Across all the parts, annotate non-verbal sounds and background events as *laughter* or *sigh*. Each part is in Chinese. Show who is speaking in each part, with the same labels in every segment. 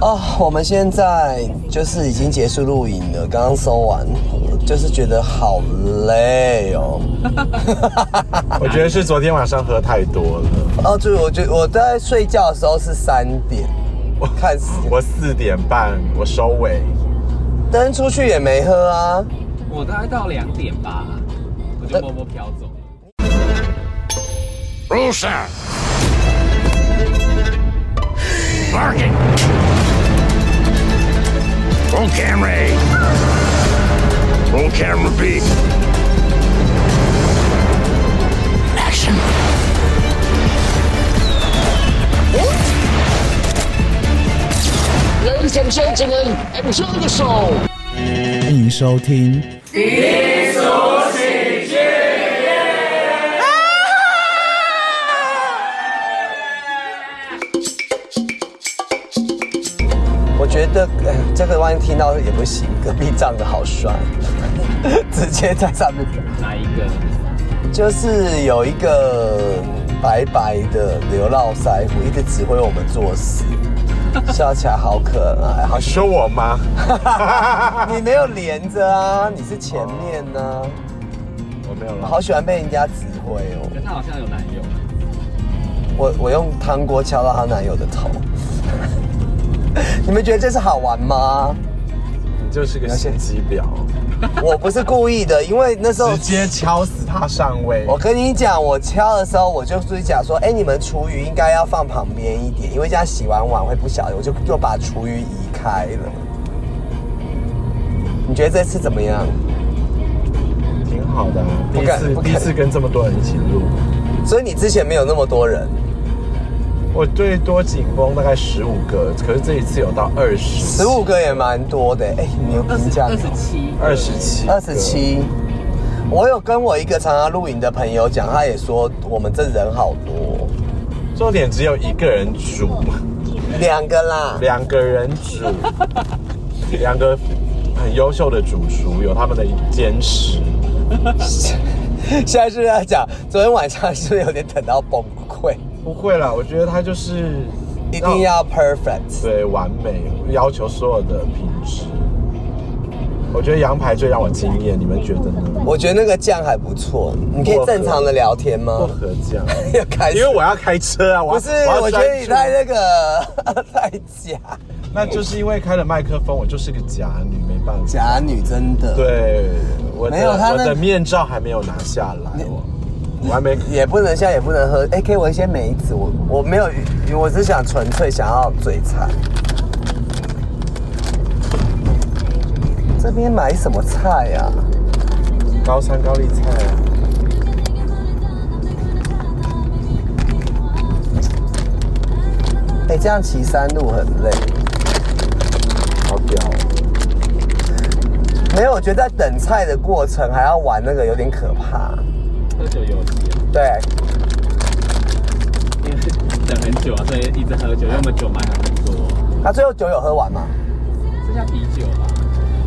Speaker 1: 哦，我们现在就是已经结束录影了，刚刚收完，就是觉得好累哦。
Speaker 2: 我觉得是昨天晚上喝太多了，
Speaker 1: 哦，就是我觉得我在睡觉的时候是三点，我看时间
Speaker 2: 我四点半我收尾，
Speaker 1: 但是出去也没喝啊。
Speaker 3: 我大概到两点吧，我就默默飘走。
Speaker 4: Rusa! Barking! Roll camera A. Roll camera B. Action!
Speaker 5: Ladies and gentlemen, enjoy the show.
Speaker 6: 欢迎收听。
Speaker 1: 我觉得、呃这个万一听到也不行，隔壁站的好帅， *laughs* 直接在上面讲。
Speaker 3: 哪一个？
Speaker 1: 就是有一个白白的流浪腮胡，一直指挥我们做事，笑起来好可爱，好
Speaker 2: 你说啊
Speaker 1: *laughs*
Speaker 2: 我吗？
Speaker 1: 你没有连着啊，你是前面呢、
Speaker 2: 我没有
Speaker 1: 我
Speaker 2: 了，
Speaker 1: 好喜欢被人家指挥哦。
Speaker 3: 可他好像有男友。
Speaker 1: 我我用汤锅敲到她男友的头， *laughs* 你们觉得这是好玩吗？
Speaker 2: 你就是个心机婊，
Speaker 1: 我不是故意的，因为那时候
Speaker 2: 直接敲死他上位。
Speaker 1: 我跟你讲，我敲的时候我就是讲说，哎、你们厨余应该要放旁边一点，因为这样洗完碗会不小心，我就又把厨余移开了。你觉得这次怎么样？
Speaker 2: 挺好的啊，第
Speaker 1: 不
Speaker 2: 一
Speaker 1: 敢
Speaker 2: 次
Speaker 1: 不
Speaker 2: 第
Speaker 1: 敢
Speaker 2: 一次跟这么多人一起录，
Speaker 1: 所以你之前没有那么多人，
Speaker 2: 我最多紧绷大概十五个，可是这一次有到二十，
Speaker 1: 十五个也蛮多的、哎、你有
Speaker 3: 二
Speaker 1: 评
Speaker 3: 十
Speaker 1: 价
Speaker 3: 二十七，
Speaker 2: 二十七，
Speaker 1: 二十。七。我有跟我一个常常露营的朋友讲，他也说我们这人好多，
Speaker 2: 重点只有一个人煮，
Speaker 1: 两个啦，
Speaker 2: 两个人
Speaker 1: *laughs*
Speaker 2: 煮，两个很优秀的主厨有他们的坚持。
Speaker 1: 现在是要讲昨天晚上是不是有点等到崩溃，
Speaker 2: 不会啦，我觉得他就是
Speaker 1: 一定要 perfect。
Speaker 2: 哦对完美，要求所有的品质。我觉得羊排最让我惊艳，你们觉得呢？
Speaker 1: 我觉得那个酱还不错，你可以正常的聊天
Speaker 2: 薄
Speaker 1: *laughs* 吗？
Speaker 2: 荷酱，
Speaker 1: 要开始
Speaker 2: *laughs* 因为我要开车啊，我
Speaker 1: 不
Speaker 2: 要
Speaker 1: 是，
Speaker 2: 要
Speaker 1: 我觉得
Speaker 2: 专
Speaker 1: 你
Speaker 2: 注
Speaker 1: 太那个 *laughs* 太假
Speaker 2: 那就是因为开了麦克风，我就是个假女，没办法。
Speaker 1: 假女，真的。，
Speaker 2: 对，我的
Speaker 1: 没有他
Speaker 2: 我
Speaker 1: 那
Speaker 2: 的面罩还没有拿下来，我我还没
Speaker 1: 也不能现在也不能喝。哎、给我一些梅子，我我没有，我只想纯粹想要嘴馋。这边买什么菜啊呀、
Speaker 2: 高山高丽菜啊。
Speaker 1: 哎、这样骑山路很累。
Speaker 2: 好屌哦、
Speaker 1: 没有，我觉得在等菜的过程还要玩那个有点可怕。
Speaker 3: 喝酒游戏啊，
Speaker 1: 对，
Speaker 3: 因为等很久啊，所以一直喝酒，要么酒买很多，
Speaker 1: 他、啊最后酒有喝完吗？
Speaker 3: 剩下啤酒吧。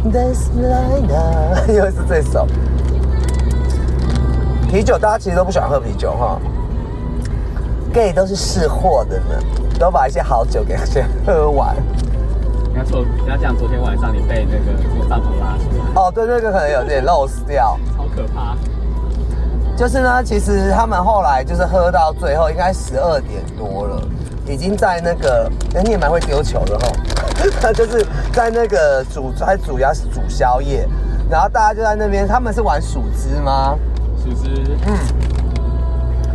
Speaker 1: This night，啊 *laughs* 又是这首。啤酒大家其实都不喜欢喝啤酒哈，gay 都是识货的呢，都把一些好酒给先喝完。
Speaker 3: 你要说，你要讲昨天晚上你被那个从帐篷拉出来，
Speaker 1: 哦，对，这个可能有点漏掉。
Speaker 3: 超可怕。
Speaker 1: 就是呢，其实他们后来就是喝到最后，应该十二点多了，已经在那个，哎、你也蛮会丢球的哈， *laughs* 就是在那个煮，还煮要煮宵夜，然后大家就在那边，他们是玩数枝吗？
Speaker 3: 是不是？嗯。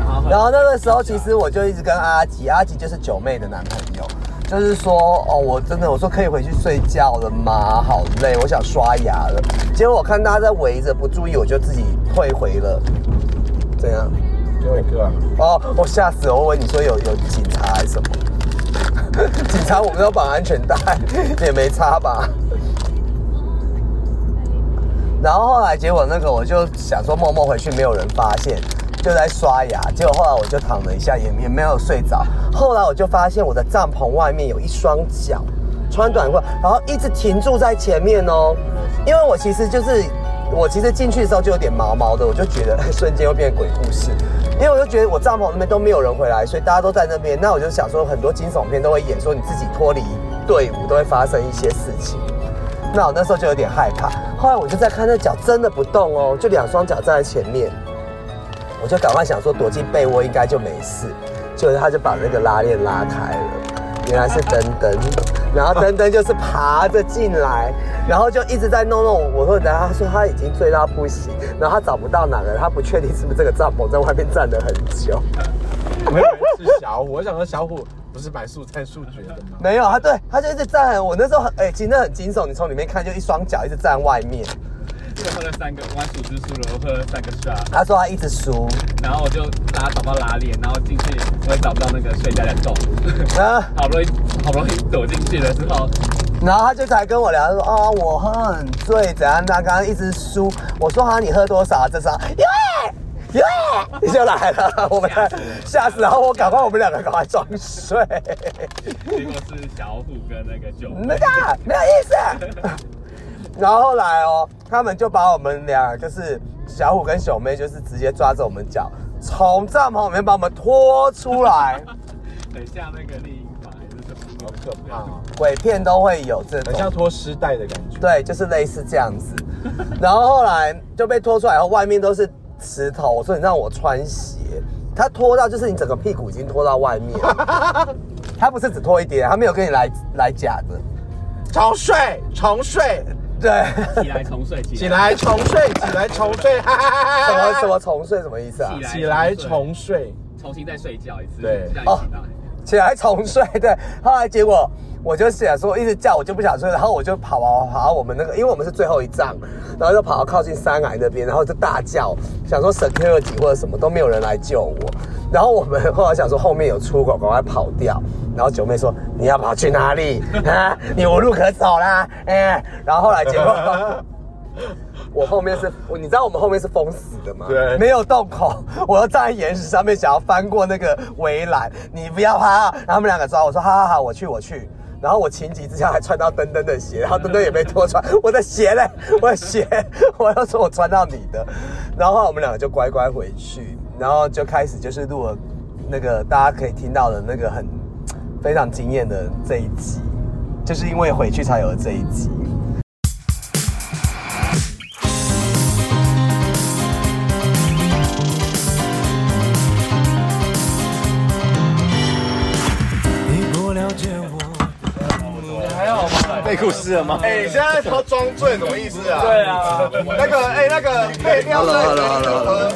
Speaker 3: 然后喝
Speaker 1: 然后那个时候，其实我就一直跟阿吉，阿吉就是九妹的男朋友，就是说，哦，我真的，我说可以回去睡觉了吗？好累，我想刷牙了。结果我看大家在围着，不注意，我就自己退回了。怎样？
Speaker 2: 给我一 *laughs* 个、啊，
Speaker 1: 哦，我吓死了！我以为你说有有警察还是什么？ *laughs* 警察我们要绑安全带， *laughs* 也没差吧？然后后来结果那个我就想说默默回去，没有人发现，就在刷牙。结果后来我就躺了一下，也也没有睡着。后来我就发现我的帐篷外面有一双脚，穿短裤，然后一直停住在前面哦。因为我其实就是我其实进去的时候就有点毛毛的，我就觉得瞬间又变鬼故事。因为我就觉得我帐篷那边都没有人回来，所以大家都在那边。那我就想说，很多惊悚片都会演说你自己脱离队伍都会发生一些事情。那我那时候就有点害怕，后来我就在看那脚真的不动哦，就两双脚站在前面，我就赶快想说躲进被窝应该就没事，结果他就把那个拉链拉开了，原来是登登，然后登登就是爬着进来，然后就一直在弄弄我，说然后他说他已经醉到不行，然后他找不到哪个人，他不确定是不是这个帐篷在外面站了很久。
Speaker 2: 没有人是小虎，我想说小虎不是买速战速决的 *laughs* 吗？
Speaker 1: 没有，他对他就一直站很，我那时候很哎、真的很惊悚。你从里面看，就一双脚一直站外面。
Speaker 3: 又喝了三个弯数之数了，我喝了三个 shot，
Speaker 1: 他说他一直输，
Speaker 3: 然后我就拉找不到拉链，然后进去我也找不到那个睡觉的洞， *laughs*
Speaker 1: 啊
Speaker 3: 好不容易好不容易躲进去了之后，
Speaker 1: 然后他就才跟我聊，他说哦，我喝很醉，怎样？他刚刚一直输。我说哈，你喝多少啊？这少？耶耶，你就来了，我们吓死，然后我赶快，我们两个赶快装睡，
Speaker 3: 结果是小虎跟那个九妹，
Speaker 1: 那个没有意思。然后后来哦，他们就把我们俩就是小虎跟小妹，就是直接抓着我们脚，从帐篷里面把我们拖出来。
Speaker 3: 很像那个丽英吧还是什么，
Speaker 2: 好可怕哦，
Speaker 1: 鬼片都会有这
Speaker 2: 很
Speaker 1: 种，
Speaker 2: 像拖尸袋的感觉。
Speaker 1: 对，就是类似这样子。 *laughs* 然后后来就被拖出来后，外面都是石头，我说你让我穿鞋，他拖到就是你整个屁股已经拖到外面了，他不是只拖一点，他没有跟你来来假的，
Speaker 2: 重睡，重睡，
Speaker 1: 对，
Speaker 3: 起来重睡起来，
Speaker 2: 起来重睡，起来重睡，哈哈哈
Speaker 1: 什
Speaker 2: 哈
Speaker 1: 么
Speaker 2: 哈
Speaker 1: 什么重睡什么意思啊？
Speaker 3: 起来
Speaker 2: 起来重睡，
Speaker 3: 重新再睡觉一次，
Speaker 2: 对
Speaker 3: 这样一起来。
Speaker 1: 起来重睡， *laughs* 对。后来结果我就想说，一直叫我就不想睡，然后我就跑跑跑啊到我们那个，因为我们是最后一站，然后就跑到靠近山崖那边，然后就大叫，想说 security 或者什么都没有人来救我。然后我们后来想说后面有出口，赶快跑掉。然后九妹说：“你要跑去哪里 *laughs* 啊？你无路可走啦！”哎，然后后来结果。我后面是，我你知道我们后面是封死的吗？
Speaker 2: 对
Speaker 1: 没有洞口，我要站在岩石上面，想要翻过那个围栏。你不要怕，然后他们两个抓我说，好好好，我去我去。然后我情急之下还穿到登登的鞋，然后登登也没多穿，我的鞋嘞， *laughs* 我的鞋，我要说我穿到你的。然后后来我们两个就乖乖回去，然后就开始就是录了那个大家可以听到的那个很非常惊艳的这一集，就是因为回去才有了这一集。
Speaker 7: 被故事了吗？
Speaker 2: 哎，你现在说装醉什么意思啊？对啊，那个哎，那个被尿在嘴里的喝，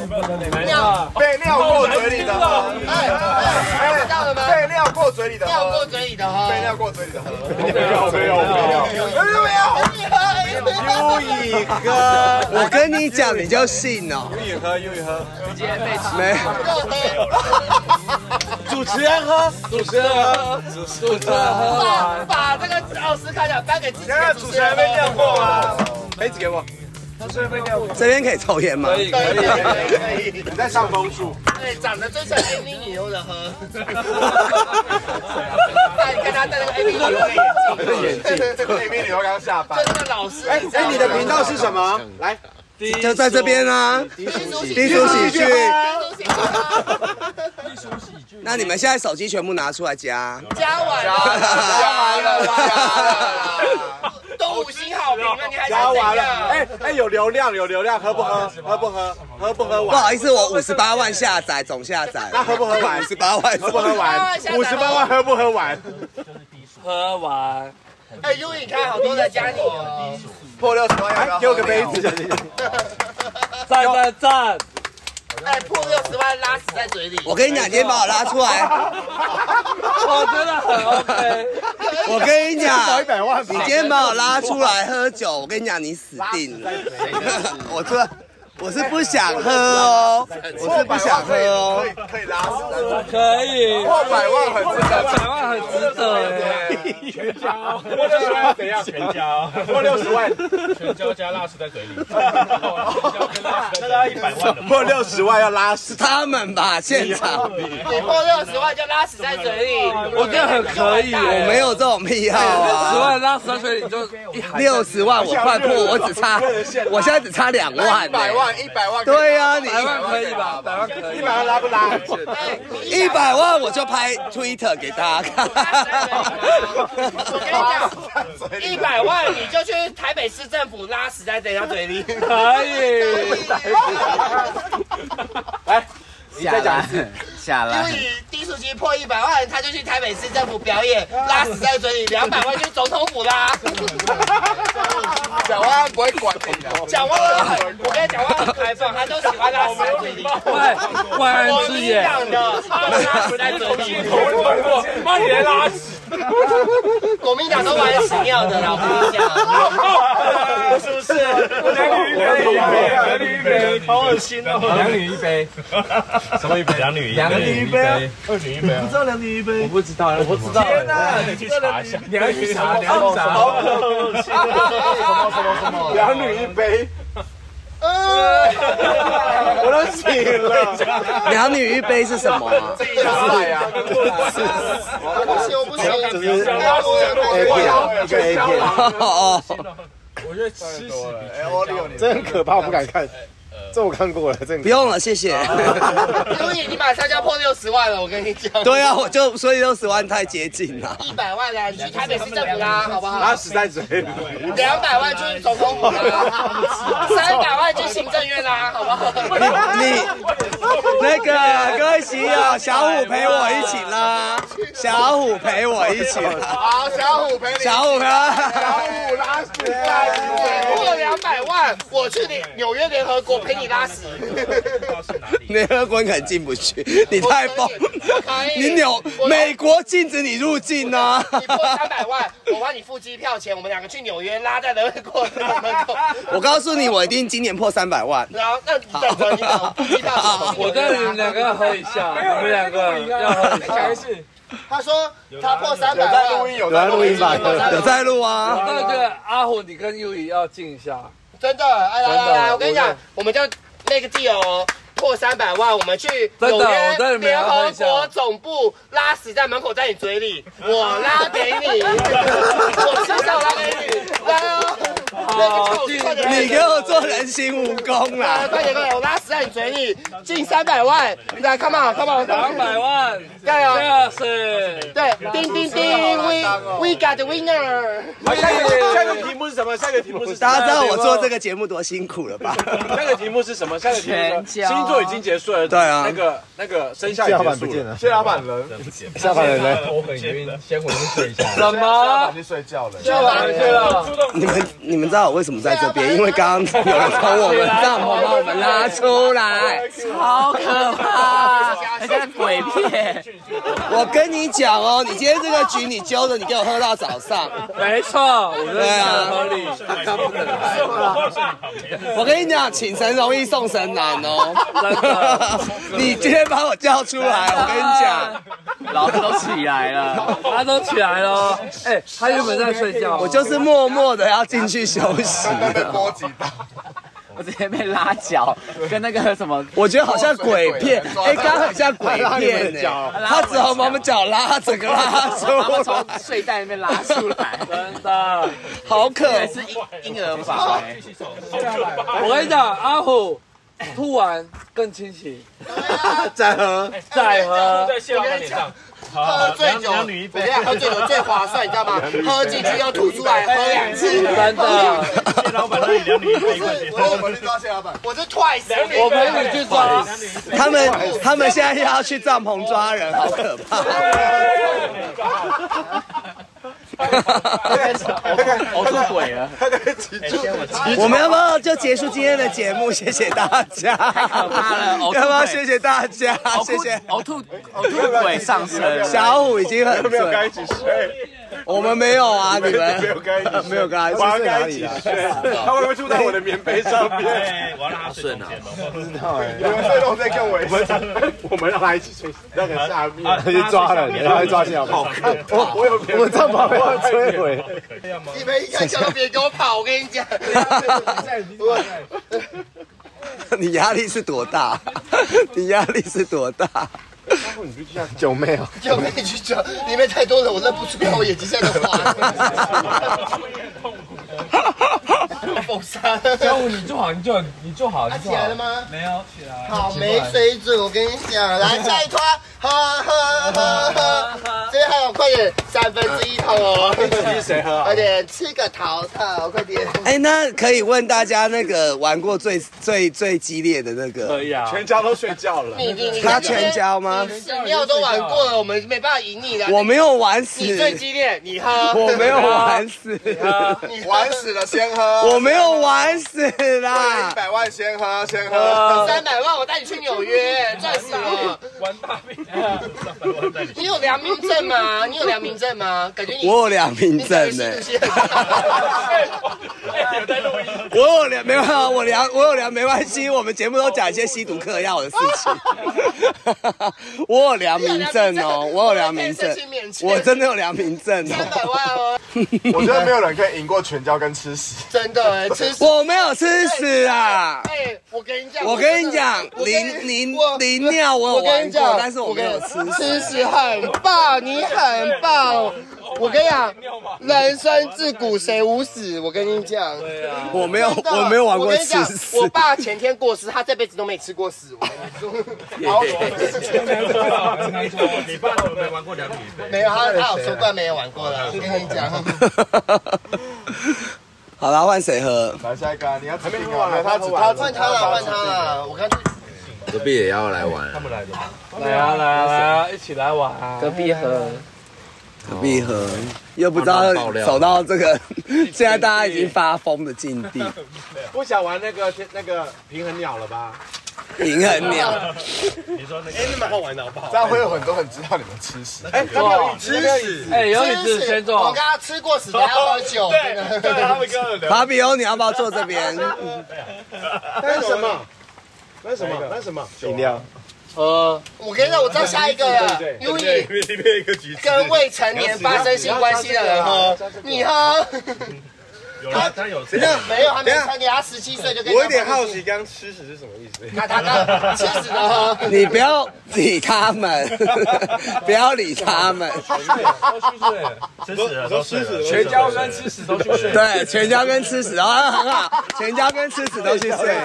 Speaker 2: 尿被尿过嘴里的喝，哎哎，知道了吗？被尿过嘴里的，尿过嘴里的喝，被尿过嘴里的喝，没有没有没有，没有没有。
Speaker 1: *laughs* 我跟你讲，你就信哦。
Speaker 7: 主持人喝，主持人喝，主主持人喝完，
Speaker 8: 把这个奥斯卡奖颁给自己。
Speaker 2: 那主持人被尿过吗？杯子给我。
Speaker 1: 这边可以抽烟吗？
Speaker 7: 可以可以可以。
Speaker 2: 你在上风处，
Speaker 8: 对，哎长得最像 A 米女优的喝。那哎你看他戴那个 A 米女优的眼镜，
Speaker 2: 对面你又刚下班
Speaker 8: 就。那个老师。哎
Speaker 2: 哎，你的频道是什么？来，
Speaker 1: 就在这边啊，低俗喜剧。那你们现在手机全部拿出来加，
Speaker 8: 加完了，
Speaker 2: 完
Speaker 8: 啊
Speaker 2: 了加完
Speaker 8: 了，都五星好评了，你还
Speaker 2: 加
Speaker 8: 想怎
Speaker 2: 完了。
Speaker 8: 样？
Speaker 2: 哎哎，有流量，有流量，喝不喝？喝不喝？喝不喝
Speaker 1: 不好
Speaker 2: 完？
Speaker 1: 意思，我五十八万下载总下载，
Speaker 7: *laughs*
Speaker 2: 那喝不喝完
Speaker 1: 五？十八万？
Speaker 2: 喝不喝完？五十八万喝不喝完？
Speaker 8: 喝完。哎，优影看好多在加你哦。
Speaker 2: 破六十万要 *laughs* 给我个杯子，
Speaker 7: 赞赞赞！
Speaker 8: 哎，破六十万拉屎在嘴里。
Speaker 1: 我跟你讲，你先把我拉出来。哦
Speaker 7: 我真的很 OK。
Speaker 1: 我跟你讲，
Speaker 2: 百万
Speaker 1: 你今天把我拉出来喝酒，我跟你讲，你死定
Speaker 2: *laughs*
Speaker 1: 了。我这我是不想喝
Speaker 2: *laughs*
Speaker 1: 哦，我是不想喝哦。
Speaker 2: 可以可以拉屎，
Speaker 7: 可以，
Speaker 2: 破百万很值得。
Speaker 7: 百万很值得耶。
Speaker 2: 全交，破六十万怎样？全交，破六十万，
Speaker 3: 哦 *laughs* 全椒加辣是在嘴里，全椒跟辣是在嘴里，那要
Speaker 2: *laughs*
Speaker 3: 一百万了。
Speaker 2: 破六十万要拉屎。
Speaker 1: 是他们吧？现场
Speaker 2: *laughs*
Speaker 8: 你破六十万就拉屎在嘴里，
Speaker 7: 我觉得很可以耶，
Speaker 1: 我没有这种癖好
Speaker 7: 十
Speaker 1: 啊。
Speaker 7: 万拉十万水里就一喊
Speaker 1: 六十万我快破，我只差，我现在只差两万、呢。
Speaker 2: 百万万，一百万可以
Speaker 1: 对呀、你
Speaker 9: 百万可以吧？百万可以，
Speaker 2: 一百万拉不拉？
Speaker 8: 哎
Speaker 1: 一百万我就拍 Twitter 给大家
Speaker 8: 我跟你
Speaker 1: 看。
Speaker 8: 讲， *laughs* 一百万你就去台北市政府拉屎在人家嘴里。 *laughs*
Speaker 9: 可以。来，你再讲一次。
Speaker 1: 下
Speaker 8: 因
Speaker 1: 来
Speaker 8: 为，你低俗期破一百万，他就去台北市政府表演，拉屎在嘴里；两百万去总统府啦。
Speaker 2: 小万不会管你的，
Speaker 8: 蒋万安很，我跟你讲，蒋万安很开放，他都喜欢拉屎在嘴里。
Speaker 9: 喂，万安之眼，
Speaker 8: 我民党的，他们拉屎在嘴里，
Speaker 9: 妈你来拉屎！
Speaker 8: 国民党都玩屎尿的啦，我跟你讲，是不是？
Speaker 9: 两女一杯，两女一杯，好恶心哦！两女一杯，
Speaker 10: 什么一杯？两女一
Speaker 9: 两
Speaker 10: 杯，
Speaker 9: 女一杯，
Speaker 10: 二女一杯啊！
Speaker 9: 我不知道，我不知道。天哪！
Speaker 10: 你去查一下。
Speaker 9: 你要去查，你要去查。
Speaker 2: 两女一杯。我都醒了，
Speaker 1: 两女一杯是
Speaker 10: *laughs*
Speaker 1: 什么啊？
Speaker 2: 自己拉来呀！
Speaker 8: 不行， *laughs* 我不行，
Speaker 2: A 片，一个 A 片，
Speaker 1: 哦哦， *laughs*
Speaker 2: 哎，我六年，
Speaker 10: 这很可怕，我不敢看。这我看过了，这
Speaker 1: 呃不用了，
Speaker 10: *laughs*
Speaker 1: 谢谢。
Speaker 8: 因为你马上就要破六十万了，我跟你讲。
Speaker 1: 对啊，我就所以六十万太接
Speaker 10: *laughs*
Speaker 1: 近了。
Speaker 8: 一百万啊啦，你去台北市政府啦，好不好
Speaker 2: 拉？屎在嘴里。
Speaker 8: 两百万去总统府啦，三百万去行政院啦，好不好？
Speaker 1: 你那个各位喜友，小虎陪我一起拉，小虎陪我一起拉，
Speaker 2: 好，小虎陪你。
Speaker 1: 小虎陪
Speaker 2: 小
Speaker 1: 我。
Speaker 2: 虎拉屎在
Speaker 8: 你
Speaker 2: 嘴
Speaker 8: 破两百万，我去你纽约联合国陪你拉屎。
Speaker 1: 联合国可能进不去，你太疯
Speaker 8: 我可！以
Speaker 1: 你扭
Speaker 8: 我
Speaker 1: 美国禁止你入境啊！
Speaker 8: 你破三百万，我帮你付机票钱，我们两个去纽约拉在人会过门口。
Speaker 1: *laughs* 我告诉你，我一定今年破三百万。
Speaker 8: 然后那你等着你把付机票钱，
Speaker 9: 我跟你们两个要喝一下，你们两个要喝一下。
Speaker 8: 他说他破三百
Speaker 2: 有在录
Speaker 8: 万，
Speaker 2: 音， *laughs* 有在录音吧？
Speaker 1: 有在录啊！
Speaker 9: 那这个阿虎，你跟优怡要敬一下。
Speaker 8: 真的，哎来来
Speaker 9: 真
Speaker 8: 来，
Speaker 9: 的
Speaker 8: 我跟你讲，我们就那个 deal 哦。破三百万，我们去
Speaker 9: 真
Speaker 8: 纽
Speaker 9: 的我在
Speaker 8: 约
Speaker 9: 里面
Speaker 8: 联
Speaker 9: 要喝
Speaker 8: 合
Speaker 9: 一下
Speaker 8: 国总部拉屎在门口，在你嘴里，我拉给
Speaker 9: *laughs*
Speaker 8: 你，我至少拉给你，来哦，那
Speaker 9: 好
Speaker 8: 个快点来
Speaker 1: 你给我做人形蜈蚣
Speaker 8: 来
Speaker 1: 啦！
Speaker 8: 快点快点，我拉屎在你嘴里，进三百万，来，come on，come on，
Speaker 9: 两百万，
Speaker 8: 加油！
Speaker 9: 这是
Speaker 8: 对，叮叮叮，we
Speaker 9: 哦
Speaker 8: we got the winner。
Speaker 10: 下一个下一个题目是什么？下一个题目是
Speaker 1: 大家知道我做这个节目多辛苦了
Speaker 2: *laughs*
Speaker 1: 吧？
Speaker 10: 下一个题目是什么？下一个题目是星座已经结束了，
Speaker 1: 对啊
Speaker 10: 那个那个生肖也结束了。
Speaker 2: 谢老板人，
Speaker 10: 下班人呢？
Speaker 9: 什么？
Speaker 2: 去睡觉了。
Speaker 9: 对
Speaker 3: 啊
Speaker 9: 了，
Speaker 1: 你们你们知道我为什么在这边？因为刚刚有人从我们帐篷把我们拉出来，
Speaker 3: 好可怕，很像鬼片。
Speaker 1: 我跟你讲哦，你今天这个局你揪着，你给我喝到早上。
Speaker 9: 没错，我觉得
Speaker 1: 对啊
Speaker 9: 很合理。他
Speaker 3: *laughs*
Speaker 9: 不能来，
Speaker 1: 我跟你讲，请神容易送神难哦
Speaker 9: 真。的
Speaker 1: 你今天把我叫出来，我跟你讲，
Speaker 3: 老子都起来了，
Speaker 9: 他都起来了。哎，他原本在睡觉，
Speaker 1: 我就是默默的要进去休息
Speaker 2: 刚刚被
Speaker 1: 了。
Speaker 2: 波及到，
Speaker 3: 我直接被拉脚，跟那个什么
Speaker 1: 我觉得好像鬼片，哎，刚刚很像鬼片呢。他只好把我们脚拉，整个拉出
Speaker 3: *laughs* 把我从
Speaker 1: 来，
Speaker 3: 睡袋里面拉出来，
Speaker 9: 真的。
Speaker 1: 好可
Speaker 3: 还是婴婴儿房
Speaker 1: *laughs*
Speaker 3: 哎。
Speaker 9: 我跟你讲，阿虎吐完更清醒，再喝，再喝。
Speaker 8: 喝醉酒，我跟你讲，喝醉酒最划算，你知道吗？喝进去要吐出来，喝两次。
Speaker 9: 真的，
Speaker 2: 我们遇到谢老板，
Speaker 8: 我是 twice，
Speaker 9: 我陪你去抓。
Speaker 1: 他们他们现在又要去帐篷抓人，好可怕！
Speaker 3: 我出轨了，
Speaker 1: 我们要不要就结束今天的节目？谢谢大家，太
Speaker 3: 可怕了呕吐
Speaker 1: 要不要
Speaker 3: 鬼
Speaker 1: 谢谢大家？谢谢。
Speaker 3: 呕吐呕吐鬼上身，
Speaker 1: 小虎已经很
Speaker 2: 没有
Speaker 1: 准
Speaker 2: 跟，他一起睡，
Speaker 1: 我们没有啊，你们
Speaker 2: 没有跟他一起睡，
Speaker 1: 没有跟他
Speaker 2: 我要跟他一起
Speaker 1: 啊
Speaker 2: 睡，他会不会住在我的棉被上面？你们睡龙睡更危险，我们让他一起睡那个下面，
Speaker 10: 他去抓了，然后还抓进来。好看，
Speaker 2: 我我有棉被，
Speaker 10: 这把被他摧毁。
Speaker 8: 你们一个想都别给我跑，我跟你讲。
Speaker 1: *laughs* 你压力是多
Speaker 10: *laughs*
Speaker 1: 大？你压力是多大？
Speaker 10: 九妹啊，
Speaker 8: 就跟你去讲，里面太多人，我认不出来，我眼睛现在都花了。封杀。
Speaker 9: 小五，你做好，你做，你做好，
Speaker 8: 他
Speaker 9: 你
Speaker 8: 起
Speaker 9: 做好
Speaker 8: 来了。吗？
Speaker 9: 没有起来。
Speaker 8: 好没水准，我跟你讲，来下一团，哈哈哈哈，最好快点三分之一桶哦，
Speaker 2: 是谁喝啊
Speaker 8: 快？点吃个桃桃，快点。
Speaker 1: *laughs* 哎，那可以问大家那个玩过最最最激烈的那
Speaker 8: 呃
Speaker 1: 个，
Speaker 10: 以啊
Speaker 2: 全家都睡觉了。
Speaker 8: 你你你
Speaker 1: 他全交吗？
Speaker 8: 屎尿都玩过了，我们没办法赢你了。
Speaker 1: 我没有玩死，
Speaker 8: 你最激烈，你喝，
Speaker 1: 我没有玩死，
Speaker 8: 你喝
Speaker 2: 玩死了先喝，
Speaker 1: 我没有玩死啦
Speaker 2: 一。百万先喝先
Speaker 1: 啊
Speaker 2: 喝。
Speaker 8: *laughs* 三百万，我带你去纽约，赚死了。
Speaker 9: 玩大病。
Speaker 8: 你有良民证吗？你有良民证吗？感觉你
Speaker 1: 我有良民证呢、
Speaker 8: 你感觉吸毒吸很
Speaker 10: 有在录音，
Speaker 1: 我有良没有啊，我良我有良没关系，我们节目都讲一些吸毒嗑药的事 *laughs* 情。我有良民证哦，我有良民证
Speaker 8: 我可以申请免，签
Speaker 1: 我真的有良民证
Speaker 8: *laughs* 三百
Speaker 1: 哦。
Speaker 8: 万哦，
Speaker 2: 我觉得没有人可以赢过全椒跟吃屎。
Speaker 8: 真的哎，吃屎！
Speaker 1: 我没有吃屎啊！
Speaker 8: 哎，我跟你讲，
Speaker 1: 我跟你讲
Speaker 8: 我，跟你
Speaker 1: 淋淋
Speaker 8: 我
Speaker 1: 淋尿我有
Speaker 8: 我跟
Speaker 1: 玩
Speaker 8: 你
Speaker 1: 过
Speaker 8: 讲，，
Speaker 1: 但是我没有吃
Speaker 8: 跟你
Speaker 1: 屎。
Speaker 8: 吃屎很棒，你很棒。我跟你讲，人生自古谁无死？我跟你讲，
Speaker 1: 我没有，
Speaker 8: 真的
Speaker 1: 我没有玩过
Speaker 8: 我跟你
Speaker 1: 吃
Speaker 8: 讲
Speaker 1: 屎。
Speaker 8: 我爸前天过世，他这辈子都没吃过屎。我跟你说，
Speaker 10: 你爸有没有玩过两米杯？
Speaker 8: 没有，他他有说过没有玩过了。我跟你讲，
Speaker 1: *laughs* 好啦，换谁喝？
Speaker 2: 来下一个啊，你要指定啊，他只他
Speaker 8: 换
Speaker 2: 只
Speaker 8: 他了，换他了。我刚才
Speaker 11: 隔壁也要来玩，
Speaker 9: 来啊来啊来啊，一起来玩啊！隔壁喝，
Speaker 1: 何必喝？又不知道走到这个，现在大家已经发疯的境地，
Speaker 2: 不想玩那个那个平衡鸟了吧？
Speaker 1: 平衡鸟。
Speaker 8: 哎
Speaker 2: 这样会有很多人知道你们吃屎。哎，
Speaker 9: 哎，有你自己先做
Speaker 8: 我。刚刚吃过屎，等下喝哎酒。真的
Speaker 2: 他们跟人
Speaker 1: 法比欧，你要不要坐这边？
Speaker 2: 那是什么？那是什么？那是什么？饮料。
Speaker 8: 我跟你讲，我知道下一个了，因为
Speaker 10: 里面一个橘子。
Speaker 8: 跟未成年发生性关系的人喝，你喝。
Speaker 10: 有啦，他有这
Speaker 8: 没有，没有，还没成年，他十七岁就跟。
Speaker 2: 我有点好奇，，刚刚吃屎是什么意思？
Speaker 8: 他他 *laughs* 他吃屎的喝。
Speaker 1: 你不要理他们，不要理他们。
Speaker 10: 吃屎了，都吃屎
Speaker 9: 全家跟吃屎都去睡。
Speaker 1: 对，全家跟吃屎啊，很好，全家跟吃屎都去睡，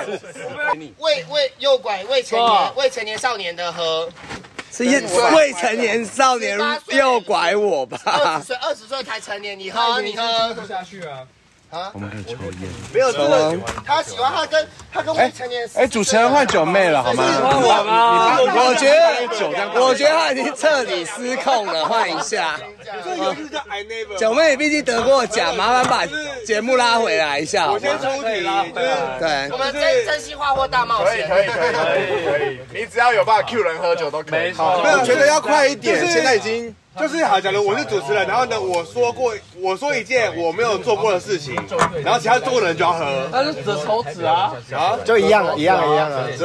Speaker 8: 未未诱拐未成年未成年少年的和
Speaker 1: 是一未成年少年诱拐我
Speaker 8: 二
Speaker 1: 吧
Speaker 8: 十？岁二十岁才成年，你喝你喝，
Speaker 9: 下去啊！
Speaker 2: 没有这个。
Speaker 8: 他喜欢他跟他跟未成年
Speaker 2: 哎，主持人换九妹了好吗？
Speaker 9: 换我吗？
Speaker 1: 我觉得，我觉得他已经彻底失控了，换一下。九妹，你毕竟得过奖，麻烦把节目拉回来一下。我先
Speaker 9: 可以拉回来。
Speaker 1: 对
Speaker 8: 我，们真真心话或大冒
Speaker 2: 可以
Speaker 8: 险，
Speaker 2: 可以可以可以，你只要有办法 Q 人喝酒都可以。没错，
Speaker 9: 没有我
Speaker 2: 觉得要快一点，现在已经
Speaker 11: 就是好，假如我是主持人，然后呢，我说过，我说一件我没有做过的事情，然后其他做过的人就要喝。
Speaker 9: 他是折手指啊！
Speaker 11: 就一样的，一样的，一样的，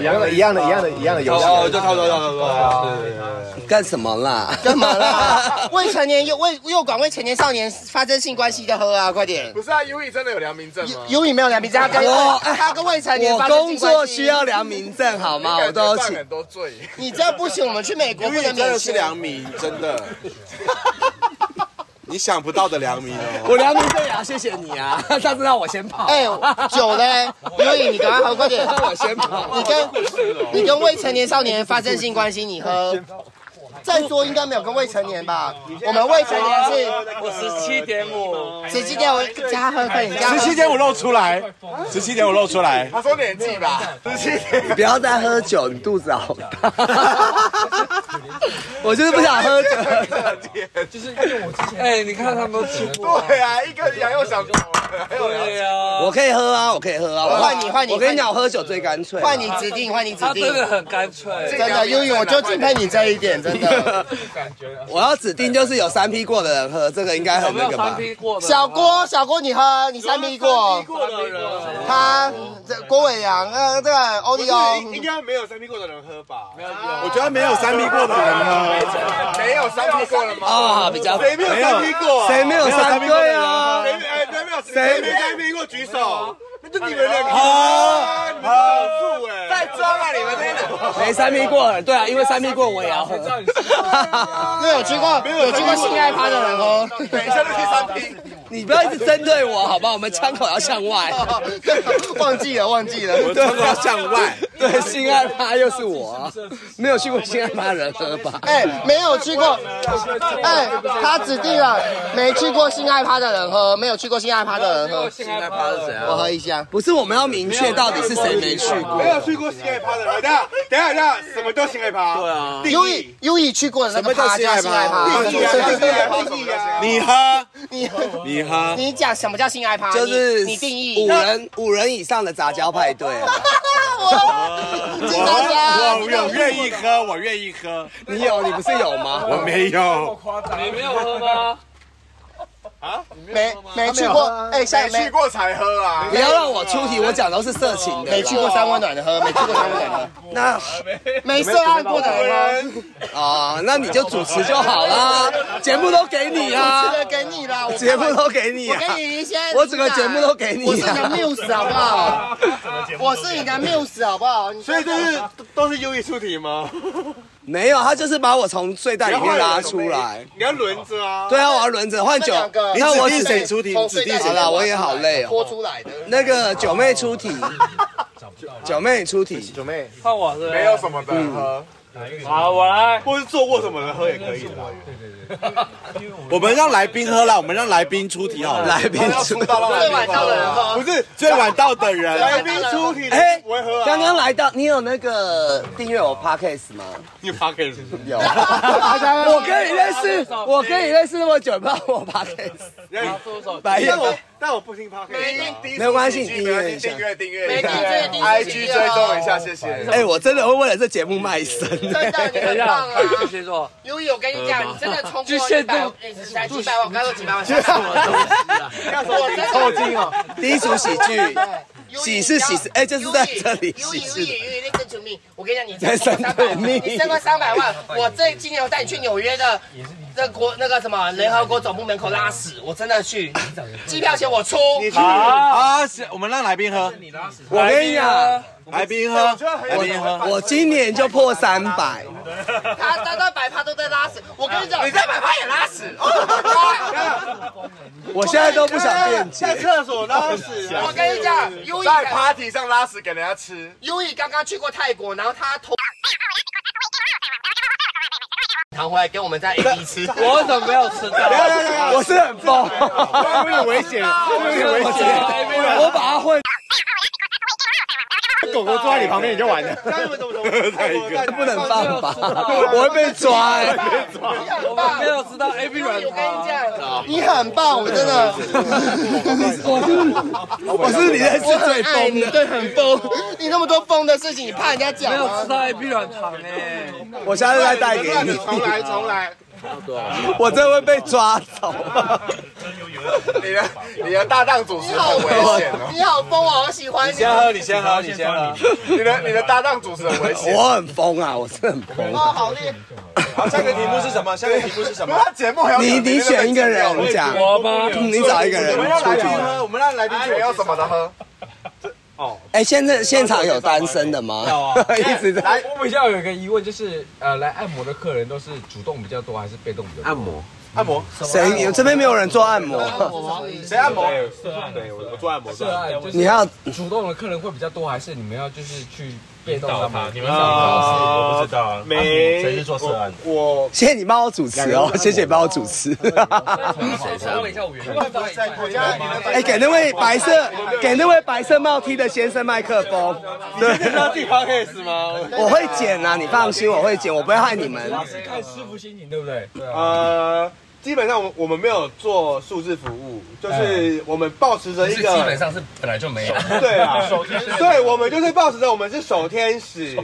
Speaker 11: 一样的，一样的，一样的，一样的游戏。哦，就差不多，差不多。对对对。
Speaker 1: 干什么啦？
Speaker 8: 干嘛 *laughs* 啦？未成年诱未诱拐未成年少年发生性关系的喝啊，快
Speaker 1: 嗯
Speaker 8: 点！
Speaker 2: 不是啊，U E 真的有良民证吗？
Speaker 8: 有你没有良民证，他跟
Speaker 1: 我
Speaker 8: 他跟未成年
Speaker 1: 哦我
Speaker 8: 发生
Speaker 1: 工
Speaker 8: 性关系
Speaker 1: 作需要良民证，好吗？我都有
Speaker 2: 犯
Speaker 1: 请。
Speaker 2: 很多罪，
Speaker 8: 你这不行，我们去美国不能免签。
Speaker 11: 民，真的。你想不到的良民哦。
Speaker 1: 我良民证也要谢谢你啊！上次让我先跑，
Speaker 8: 哎，酒嘞，刘颖，你赶快喝，快
Speaker 1: *laughs*
Speaker 8: 点！
Speaker 1: 让我先跑。
Speaker 8: 你跟你跟未成年少年发生性关系，你喝。再说应该没有跟未成年吧？我们未成年
Speaker 9: 我十七点五，
Speaker 8: 是十七点，我加喝快 *laughs* 点加
Speaker 1: *laughs*
Speaker 8: 喝。
Speaker 11: 十七点我露出来，十七点我露出来。
Speaker 2: 他说年纪吧，十七
Speaker 1: 你不要再喝酒，你肚子好大。 *laughs* 我就是不想喝酒。
Speaker 2: 点。
Speaker 9: 哎，你看他们都欺负我。
Speaker 2: 对啊，一个羊又想走了，还有
Speaker 9: 对
Speaker 2: 人
Speaker 9: 呀，
Speaker 1: 我可以喝啊，我可以喝啊。我
Speaker 8: 换你换你
Speaker 1: 我跟你讲，我喝酒最干脆。啊
Speaker 8: 换你指定，换你指
Speaker 9: 他
Speaker 8: 定
Speaker 9: 真。的很干脆。
Speaker 8: 真的，悠悠，我就敬佩你这一点，真的。
Speaker 1: 我要指定就是有三批过的人喝，这个应该
Speaker 9: 有
Speaker 1: 很
Speaker 9: 没
Speaker 1: 那
Speaker 9: 有
Speaker 1: 个
Speaker 9: 三
Speaker 1: 吧？
Speaker 9: 批过的？
Speaker 8: *laughs* 小郭，小郭，你喝，你三米过。他这郭伟阳，呃，这个欧弟哦，
Speaker 11: 该没有三 P 过的人喝吧？
Speaker 2: 我觉得没有三 P 过的人呢，没有三 P 过了吗？
Speaker 1: 哦，比较
Speaker 11: 谁没有三 P 过？
Speaker 1: 谁没有三对啊？
Speaker 11: 谁哎没有谁没三 P 过举手？那就你们两个
Speaker 1: 啊
Speaker 11: 你们少数哎。
Speaker 2: 太装了，你们这种。
Speaker 1: 没三 P 过的，对啊，因为三 P 过我也要喝。
Speaker 8: 那有去过有去过性爱趴的人喝。哦
Speaker 2: 等一下就第三 P，
Speaker 1: *laughs* 你不要一直针对我，好不好？我们窗口要向外。
Speaker 8: 忘记了，忘记了，
Speaker 1: 我们窗口要向外。 *laughs* 对，新安趴又是我，没有去过新安趴人喝吧？
Speaker 8: 哎，没有去过，哎，他指定了没去过性爱趴的人喝，没有去过性爱趴的人喝。
Speaker 1: 性爱趴是谁啊？
Speaker 8: 我喝一箱。
Speaker 1: 不是，我们要明确到底是谁没去过。
Speaker 11: 没有去过性爱趴的人，等下，等下，等下，什么叫性爱趴？
Speaker 1: 对啊，
Speaker 8: 优以优以去过的那个趴叫性爱趴。
Speaker 11: 定义啊，定义啊，定
Speaker 8: *laughs*
Speaker 11: 义啊！
Speaker 12: 你喝，
Speaker 8: 你
Speaker 12: 你喝，
Speaker 8: 你讲什么叫性爱趴？
Speaker 1: 就是
Speaker 8: 你定义
Speaker 1: 五人五人以上的杂交派对。
Speaker 8: 我金大家，
Speaker 12: 我我愿意喝，我愿意喝。
Speaker 1: 你有？你不是有吗？
Speaker 12: 我没有。
Speaker 9: 你没有喝吗？
Speaker 11: 啊，
Speaker 8: 没没去过，哎，
Speaker 11: 没去过才喝啊！
Speaker 1: 不要让我出题，我讲都是色情的。
Speaker 8: 没去过三温暖的喝，没去过三温暖的。
Speaker 1: 那
Speaker 8: 没涉案过的人
Speaker 1: 啊，那你就主持就好啦，节目都给你
Speaker 8: 啊，
Speaker 1: 啊，
Speaker 8: 给你啦，
Speaker 1: 节目都给你啊，
Speaker 8: 我给你一些，
Speaker 1: 我整个节目都给你啊，
Speaker 8: 我是你的 muse 好不好？我是你的 muse 好不好？
Speaker 11: 所以这是都是优异出题吗？
Speaker 1: 没有，他就是把我从睡袋里面拉出来。
Speaker 11: 你要轮着啊！
Speaker 1: 对啊，我要轮着换酒。
Speaker 8: 你
Speaker 1: 你看我是
Speaker 12: 谁出题？你指定谁？
Speaker 1: 好啦，我也好累哦。
Speaker 8: 拖出来的。
Speaker 1: 那个九妹
Speaker 12: *laughs*
Speaker 1: 出题，九妹出题，
Speaker 8: 九妹，
Speaker 9: 换我是？
Speaker 11: 没有。什么的喝，
Speaker 9: 好，我来。
Speaker 11: 或是做过什么的喝也可以的啦。
Speaker 12: 我们让来宾喝啦，我们让来宾出题好了。
Speaker 1: 来宾出。
Speaker 8: 最晚到的人喝
Speaker 11: 不。是
Speaker 12: 最晚到的人，
Speaker 11: 来宾出题，
Speaker 1: 哎
Speaker 11: 不会喝啊。，
Speaker 1: 刚刚来到，你有那个订阅我 podcast 吗？
Speaker 11: 你 p o c
Speaker 1: 有。我跟你认识，我跟你认识那么久，不知道我 podcast。白眼
Speaker 11: 但。我但我不听 p o c a s
Speaker 1: 没关系你订阅一下
Speaker 11: 订阅订阅
Speaker 8: 没
Speaker 11: 一
Speaker 8: 订
Speaker 11: 下
Speaker 8: 阅订阅
Speaker 11: ，IG 追踪一下，谢谢。
Speaker 1: 哎，我真的会为了这节目卖身。
Speaker 8: 真的，哎你
Speaker 9: 等一
Speaker 8: 很
Speaker 9: 下
Speaker 8: 棒，
Speaker 9: 巨
Speaker 8: 啊！
Speaker 9: 蟹座，
Speaker 8: 优以，我跟你讲，你真的冲
Speaker 9: 巨
Speaker 8: 过
Speaker 9: 蟹
Speaker 8: 一
Speaker 9: 座
Speaker 8: 百，哎才几百万，我刚说几百万，吓死我了。我真的
Speaker 1: 抽筋哦。低俗喜剧，
Speaker 8: 优
Speaker 1: 喜
Speaker 8: 以
Speaker 1: 是
Speaker 8: 你知道
Speaker 1: 喜事哎就是在这里
Speaker 8: 优
Speaker 1: 喜
Speaker 8: 以，
Speaker 1: 事
Speaker 8: 优以，优以，那跟球迷，我跟你讲，
Speaker 1: 在
Speaker 8: 你挣
Speaker 1: 三
Speaker 8: 三百
Speaker 1: 对
Speaker 8: 万，
Speaker 1: 密
Speaker 8: 你挣过三百万，我这今年我带你去纽约的。那国那个什么联合国总部门口拉屎，我真的去， *laughs* 机票钱我出。
Speaker 9: 好，
Speaker 12: 啊，是我们让来宾喝，
Speaker 1: 我跟你讲，
Speaker 12: 来宾喝，来宾喝。
Speaker 1: 我今年就破三百。
Speaker 8: 他他到百趴都在拉屎，我跟你讲，你在百趴也拉 *laughs* 屎。我
Speaker 1: 我现在都不想辩解。
Speaker 11: 厕所拉屎啊，
Speaker 8: 哎跟你讲，优以
Speaker 11: 在 party 上拉屎给人家吃，
Speaker 8: 优以刚刚去过泰国，然后他头。扛回来给我们在 A B 吃，
Speaker 9: 我怎么没有吃到？
Speaker 1: 我是很疯，
Speaker 11: 有点危险，有点危险。
Speaker 1: 我把它混，
Speaker 12: 狗狗坐在你旁边你就完了。
Speaker 11: 那你们怎么懂？
Speaker 12: 再一个
Speaker 1: *laughs* 不能放吧， *laughs* 我会被抓、欸。 *laughs*
Speaker 8: 你很
Speaker 9: 我
Speaker 8: 棒
Speaker 9: 没。有吃到 A B
Speaker 8: 优
Speaker 9: 软
Speaker 8: 以，我跟
Speaker 9: 糖
Speaker 8: 你。讲，你很棒，我真的，
Speaker 1: 我是你认识最
Speaker 8: 爱
Speaker 1: 疯
Speaker 8: 你，
Speaker 1: 的，
Speaker 8: 对，很疯。你那么多疯的事情，你怕人家讲
Speaker 9: 没有
Speaker 8: 吗
Speaker 9: 吃？到 A B 软糖哎，
Speaker 1: 我下次再带给
Speaker 11: 那你
Speaker 1: 你。
Speaker 11: 重来，重来。
Speaker 1: *laughs* 我真的会被抓走。
Speaker 11: 你的你的大档主持
Speaker 8: 你好
Speaker 11: 很危险
Speaker 8: 疯，
Speaker 11: 哦，
Speaker 8: 你好疯，我好喜欢你。哦
Speaker 12: 先喝，你先喝，你先喝。
Speaker 11: 你的你的搭档主持很危
Speaker 1: *laughs*
Speaker 11: 险。
Speaker 1: 我很疯啊，我是很疯。
Speaker 8: 哦，好厉害！
Speaker 12: 好，下个题目是什么？下个题目是什么？
Speaker 11: 他节目还要
Speaker 1: 你你选一个人我讲，
Speaker 9: 我
Speaker 1: *laughs*
Speaker 9: 吗？
Speaker 1: 你找一个人
Speaker 11: 我们让
Speaker 1: 出
Speaker 11: 来宾
Speaker 1: 去。
Speaker 11: 喝，我们让来宾选要什么的喝。
Speaker 1: 哎，现在现场有单身的吗？
Speaker 12: 啊
Speaker 1: *laughs* 一直在。
Speaker 13: 我比较有一个疑问，就是呃，来按摩的客人都是主动比较多，还是被动比较多？按摩
Speaker 11: 按摩，
Speaker 1: 谁？有这边没有啊人做按摩？
Speaker 11: 谁按摩？
Speaker 13: 对，我
Speaker 11: 做按摩，
Speaker 13: 是啊，就是
Speaker 1: 你要
Speaker 13: 主动的客人会比较多，还是你们要就是去被动哦按摩？你们
Speaker 12: 啊，我不知道，
Speaker 11: 没
Speaker 12: 谁是做涉案？
Speaker 11: 我
Speaker 1: 谢谢你帮我主持哦，谢谢你帮我主 *laughs* 持。
Speaker 13: 稍微一下我原因，
Speaker 11: 我家你的
Speaker 1: 哎，给那位白色给那位白色帽 T 的先生麦克风。对，
Speaker 11: 地方 case 吗？
Speaker 1: 我会剪啊，你放心，我会剪，我不会害你们。
Speaker 13: 是看师傅心情，对不对？对啊。
Speaker 11: 呃，基本上我我们没有做数字服务，就是我们保持着一个
Speaker 13: 上是本来就没有。
Speaker 11: *laughs* 对啊，对，我们就是抱持着我们是守天使，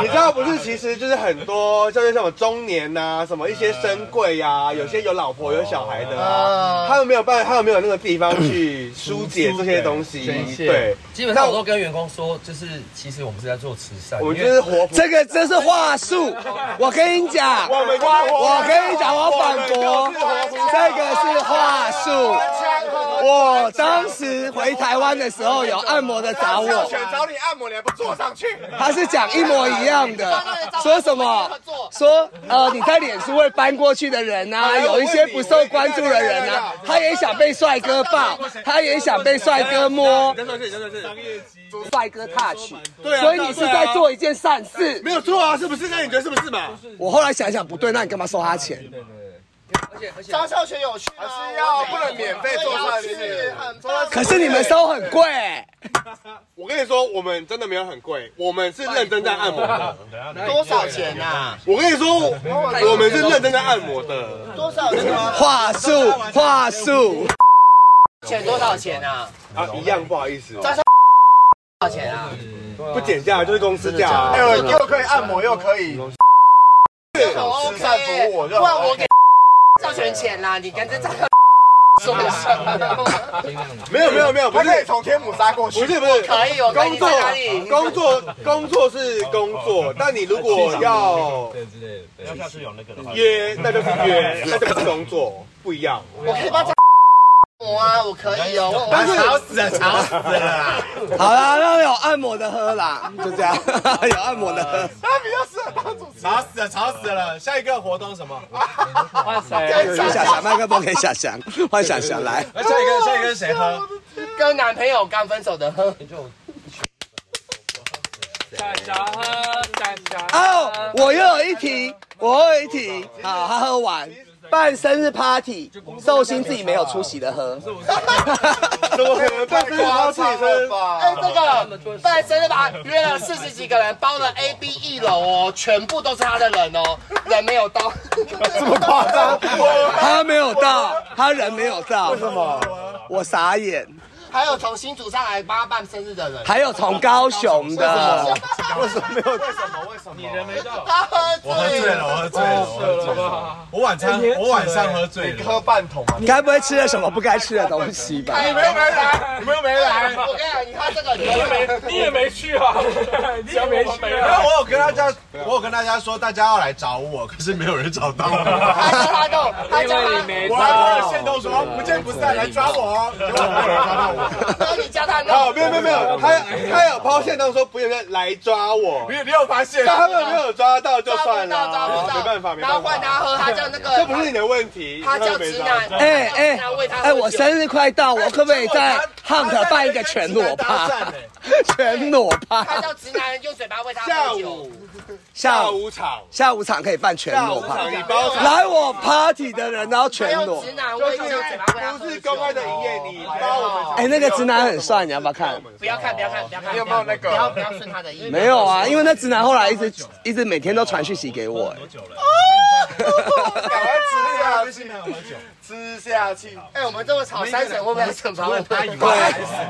Speaker 11: 你知道不是？其实就是很多就是什么中年呐、什么一些深贵呀、
Speaker 2: 啊
Speaker 11: 有些有老婆有小孩的、啊，他们没有办法，他们没有那个地方去疏解这些东西。对，
Speaker 14: 基本上我都跟员工说，就是其实我们是在做慈善，
Speaker 11: 我们
Speaker 14: 因
Speaker 11: 就
Speaker 14: 为
Speaker 11: 是活泼。
Speaker 1: 这个这是话术，我跟你讲，
Speaker 11: 我们就是活泼
Speaker 1: 我跟你讲，我反驳
Speaker 11: 我们就是活泼，
Speaker 1: 这个是话术。
Speaker 11: 我
Speaker 1: 我当时回台湾的时候，有按摩的找
Speaker 2: 他
Speaker 1: 我
Speaker 2: 想，找你按摩，你还不坐上去？
Speaker 1: 他是讲一模一样的，说什么？说呃你在脸书会搬过去的人呐、啊，有一些不受关注的人呐、啊，他也想被帅哥抱，他也想被帅哥摸，帅哥 touch，
Speaker 11: 对啊
Speaker 1: 所以你是在做一件善事，
Speaker 11: 没有错啊，是不是？那你觉得是不是嘛？
Speaker 1: 我后来想一想不对，那你干嘛收他钱？
Speaker 8: 而且而且张孝全有去吗？
Speaker 2: 还是要不能免费做善事，
Speaker 1: 可是你们收很贵、
Speaker 11: 我跟你说，我们真的没有很贵，我们是认真在按摩的。
Speaker 8: 多少钱啊？
Speaker 11: 我跟你说，我们是认真在按摩的。
Speaker 8: 多少钱啊？
Speaker 1: 话术，话术。
Speaker 8: 钱多少钱啊？
Speaker 11: 啊，一样，不好意思，
Speaker 8: 张孝多少钱啊？
Speaker 11: 不减价就是公司价啊。
Speaker 2: 哎呦，又可以按摩，又可以慈善服务，我就
Speaker 8: 不然我给赵全钱啦，你跟这张说一下。
Speaker 11: 没有没有没有，不
Speaker 2: 他
Speaker 11: 是
Speaker 2: 可以从天母杀过去。
Speaker 11: 不是不是，
Speaker 8: 可以我可以
Speaker 11: 工作
Speaker 8: 在哪里
Speaker 11: 工作工作是工作，但你如果要
Speaker 14: 对之类的，要下次有那个的话
Speaker 11: 约，那就是约，那就不是工作，不一样。
Speaker 8: 我可以帮张我啊，我可以哦。我
Speaker 11: 但是
Speaker 8: 吵死了，吵死了啦！
Speaker 1: 好啦，那有按摩的喝啦，就这样，有按摩的喝。
Speaker 2: 他比较适合当主持人。
Speaker 14: 吵死了，吵死了！下一个活动什么？
Speaker 9: 换谁？
Speaker 1: 有小翔，麦克风给小翔，换小翔来。
Speaker 14: 那下一个，下一个是谁喝？
Speaker 8: 跟男朋友刚分手的喝，
Speaker 9: 小小喝，小小喝
Speaker 1: 哦，我又有一题，我又有一题。好，他喝完办生日 party，寿星自己没有出席的喝。
Speaker 11: 怎么可能办生日 party 生？
Speaker 8: 哎，这个办生日吧，约了四十几个人，包了 A B 一楼哦，全部都是他的人哦，人没有到，这么夸张？
Speaker 1: 他没有到，他人没有到。为什么？我傻眼。
Speaker 8: 还有从新竹上来帮他办生日的人，
Speaker 1: 还有从高雄的，
Speaker 14: 我
Speaker 8: 他喝
Speaker 14: 喝
Speaker 8: 醉
Speaker 14: 醉了，我喝醉了，哎我喝醉了。我晚餐，我晚上喝醉了。
Speaker 2: 喝半桶啊！
Speaker 1: 你该不会吃了什么不该吃的东西吧？
Speaker 8: 你们又没来，你们又没来。我跟你讲，你看这个，你又没
Speaker 9: 你也没去啊，你也没去
Speaker 14: 因为
Speaker 9: 啊。
Speaker 14: 我有跟大家，我有跟大家说，大家要来找我，可是没有人找到
Speaker 8: 他叫他
Speaker 14: 我。
Speaker 8: 弄，他
Speaker 9: 因
Speaker 8: 叫
Speaker 9: 为
Speaker 8: 他
Speaker 9: 你没
Speaker 14: 我还发了线动说不见不散，来抓我哦，
Speaker 2: *laughs*
Speaker 14: 结果没有人抓到我。
Speaker 8: 然后你叫他
Speaker 11: 好，
Speaker 2: 哦
Speaker 8: 弄
Speaker 11: 没，有没有没有，他他有抛线当说不用来抓我，
Speaker 14: 你你有发现？
Speaker 11: 但他们没有抓到就
Speaker 8: 抓
Speaker 11: 算
Speaker 8: 不
Speaker 11: 了
Speaker 8: 到，抓不到，
Speaker 11: 没办法没
Speaker 8: 然后
Speaker 11: 办
Speaker 8: 换
Speaker 11: 法，
Speaker 8: 他喝，他叫那个，
Speaker 11: 这不是你的问题，
Speaker 8: 他叫
Speaker 11: 没
Speaker 8: 直
Speaker 11: 抓
Speaker 8: 男，
Speaker 1: 哎
Speaker 8: 他叫直
Speaker 1: 哎
Speaker 8: 男喂他喝
Speaker 1: 哎，我
Speaker 8: 酒
Speaker 1: 生日快到，我可不可以在 Hunt 办一个全裸趴？全裸
Speaker 8: 他
Speaker 1: 趴，
Speaker 8: 叫直男用嘴巴喂他
Speaker 11: 下
Speaker 8: 喝酒
Speaker 11: 午。
Speaker 1: 下
Speaker 11: 下
Speaker 1: 午
Speaker 11: 午场，
Speaker 1: 下午场可以办全
Speaker 11: 下
Speaker 1: 裸
Speaker 11: 午
Speaker 1: 趴
Speaker 11: 场。你包场。
Speaker 1: 来我 party 的人，然后
Speaker 8: 还
Speaker 1: 全
Speaker 8: 有
Speaker 1: 裸
Speaker 8: 直。男
Speaker 11: 就
Speaker 8: 喂
Speaker 11: 是
Speaker 8: 他用嘴巴喂他喝酒。
Speaker 11: 不是公开的营业，你包我们。
Speaker 1: 哎，那个直男很帅，你要不要看？
Speaker 8: 不要看，不要看，不要看。
Speaker 2: 你有没有那个
Speaker 8: 不要不要顺他的意。
Speaker 1: 没有啊，因为那直男后来一直一直每天都传讯息给我。哎
Speaker 2: 赶快吃下去，吃下去。
Speaker 8: 哎，我们这么吵，三婶会不会要惩罚我们？
Speaker 1: 对，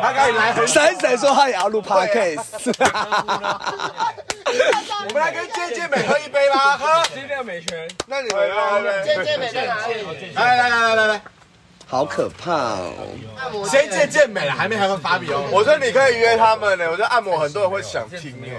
Speaker 14: 他刚来很
Speaker 1: 闪闪说他也要录 podcast。
Speaker 2: 我们来跟健健美喝一杯吧，喝。
Speaker 9: 今天美拳，
Speaker 11: 那你
Speaker 2: 来来
Speaker 11: 们
Speaker 2: 来，
Speaker 8: 健健美在哪里？
Speaker 14: 来来来来来来，
Speaker 1: 好可怕哦！
Speaker 8: 按摩
Speaker 14: 先见健美了，还没还问芭比哦。
Speaker 2: 我说你可以约他们呢，我觉得按摩很多人会想听耶。